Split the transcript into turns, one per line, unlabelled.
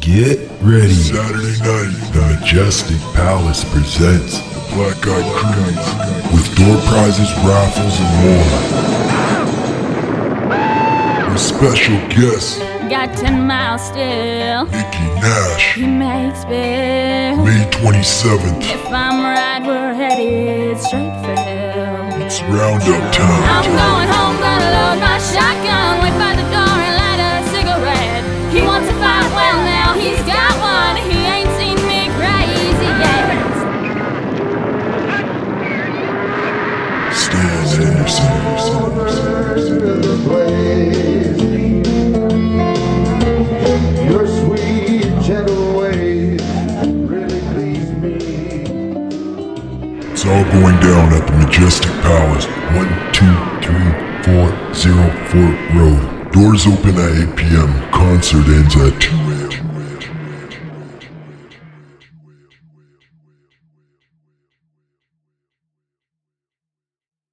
Get ready. Saturday night, the Majestic Palace presents the Black Eyed Cruise with door prizes, raffles, and more. With special guests,
Got 10 miles still.
Nicki Nash,
He makes bill.
May 27th.
If I'm right, we're headed straight for hell.
It's roundup
I'm
time.
going home, gonna load my shotgun. Wait by the door and light a cigarette. He wants to fight, well, now he's got one. He ain't seen me crazy yet.
Stan Anderson.
Your sweet, gentle ways really please me.
It's all going down at the Majestic Palace, 123404 Road. Doors open at 8 p.m. Concert ends at 2